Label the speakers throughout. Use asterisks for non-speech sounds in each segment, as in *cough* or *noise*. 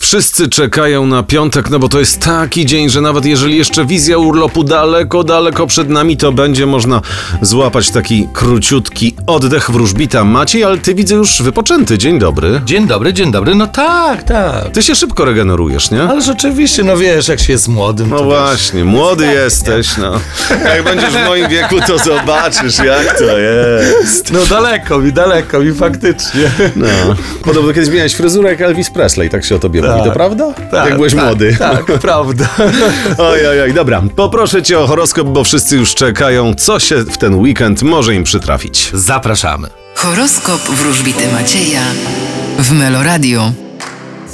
Speaker 1: Wszyscy czekają na piątek, no bo to jest taki dzień, że nawet jeżeli jeszcze wizja urlopu daleko, daleko przed nami, to będzie można złapać taki króciutki oddech wróżbita. Maciej, ale ty widzę już wypoczęty. Dzień dobry.
Speaker 2: Dzień dobry, dzień dobry. No tak, tak.
Speaker 1: Ty się szybko regenerujesz, nie?
Speaker 2: Ale rzeczywiście, no wiesz, jak się jest młodym.
Speaker 1: No
Speaker 2: to
Speaker 1: właśnie, młody jesteś, no. Jak będziesz w moim wieku, to zobaczysz, jak to jest.
Speaker 2: No daleko mi, daleko mi faktycznie.
Speaker 1: No. Podobno kiedyś zmieniałeś fryzurę jak Elvis Presley, tak się o tobie mówi, to prawda? jak byłeś
Speaker 2: tak,
Speaker 1: młody.
Speaker 2: Tak, *laughs* prawda.
Speaker 1: *laughs* Oj, oj, oj, dobra. Poproszę cię o horoskop, bo wszyscy już czekają, co się w ten weekend może im przytrafić.
Speaker 2: Zapraszamy.
Speaker 3: Horoskop wróżbity Macieja w Meloradio.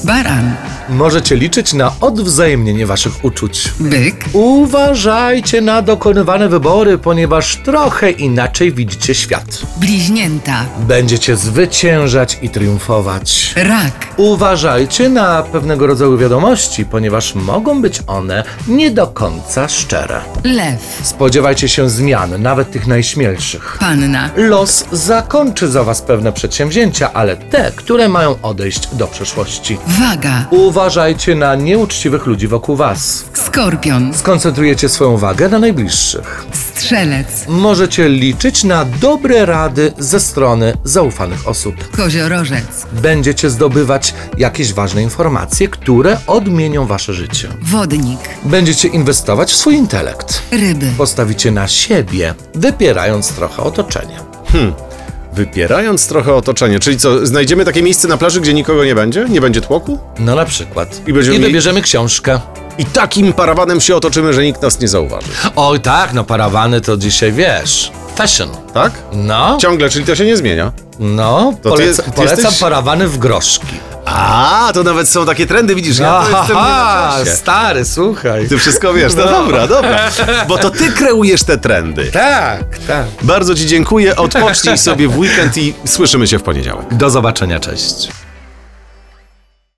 Speaker 3: Baran,
Speaker 2: Możecie liczyć na odwzajemnienie waszych uczuć.
Speaker 3: byk,
Speaker 2: Uważajcie na dokonywane wybory, ponieważ trochę inaczej widzicie świat.
Speaker 3: bliźnięta,
Speaker 2: Będziecie zwyciężać i triumfować.
Speaker 3: rak,
Speaker 2: Uważajcie na pewnego rodzaju wiadomości, ponieważ mogą być one nie do końca szczere.
Speaker 3: lew,
Speaker 2: Spodziewajcie się zmian, nawet tych najśmielszych.
Speaker 3: panna,
Speaker 2: Los zakończy za Was pewne przedsięwzięcia, ale te, które mają odejść do przeszłości.
Speaker 3: waga,
Speaker 2: Uważajcie na nieuczciwych ludzi wokół Was.
Speaker 3: skorpion,
Speaker 2: Skoncentrujecie swoją uwagę na najbliższych.
Speaker 3: strzelec,
Speaker 2: Możecie liczyć na dobre rady ze strony zaufanych osób.
Speaker 3: koziorożec,
Speaker 2: Będziecie zdobywać jakieś ważne informacje, które odmienią Wasze życie.
Speaker 3: wodnik,
Speaker 2: Będziecie inwestować w swój intelekt.
Speaker 3: ryby,
Speaker 2: Postawicie na siebie, wypierając trochę otoczenie.
Speaker 1: Wypierając trochę otoczenie, czyli co, znajdziemy takie miejsce na plaży, gdzie nikogo nie będzie? Nie będzie tłoku?
Speaker 2: No na przykład.
Speaker 1: I będziemy
Speaker 2: I
Speaker 1: mieli-
Speaker 2: wybierzemy książkę.
Speaker 1: I takim parawanem się otoczymy, że nikt nas nie zauważy,
Speaker 2: Oj tak, no parawany to dzisiaj wiesz. Fashion.
Speaker 1: tak?
Speaker 2: No,
Speaker 1: Ciągle, czyli to się nie zmienia.
Speaker 2: no,
Speaker 1: To ty
Speaker 2: poleca,
Speaker 1: jest- ty
Speaker 2: polecam
Speaker 1: jesteś-
Speaker 2: parawany w groszki.
Speaker 1: A, to nawet są takie trendy, widzisz,
Speaker 2: Aha, stary, słuchaj.
Speaker 1: Ty wszystko wiesz, no dobra, dobra. Bo to ty kreujesz te trendy.
Speaker 2: Tak, tak.
Speaker 1: Bardzo ci dziękuję, odpocznij sobie w weekend i słyszymy się w poniedziałek.
Speaker 2: Do zobaczenia, cześć.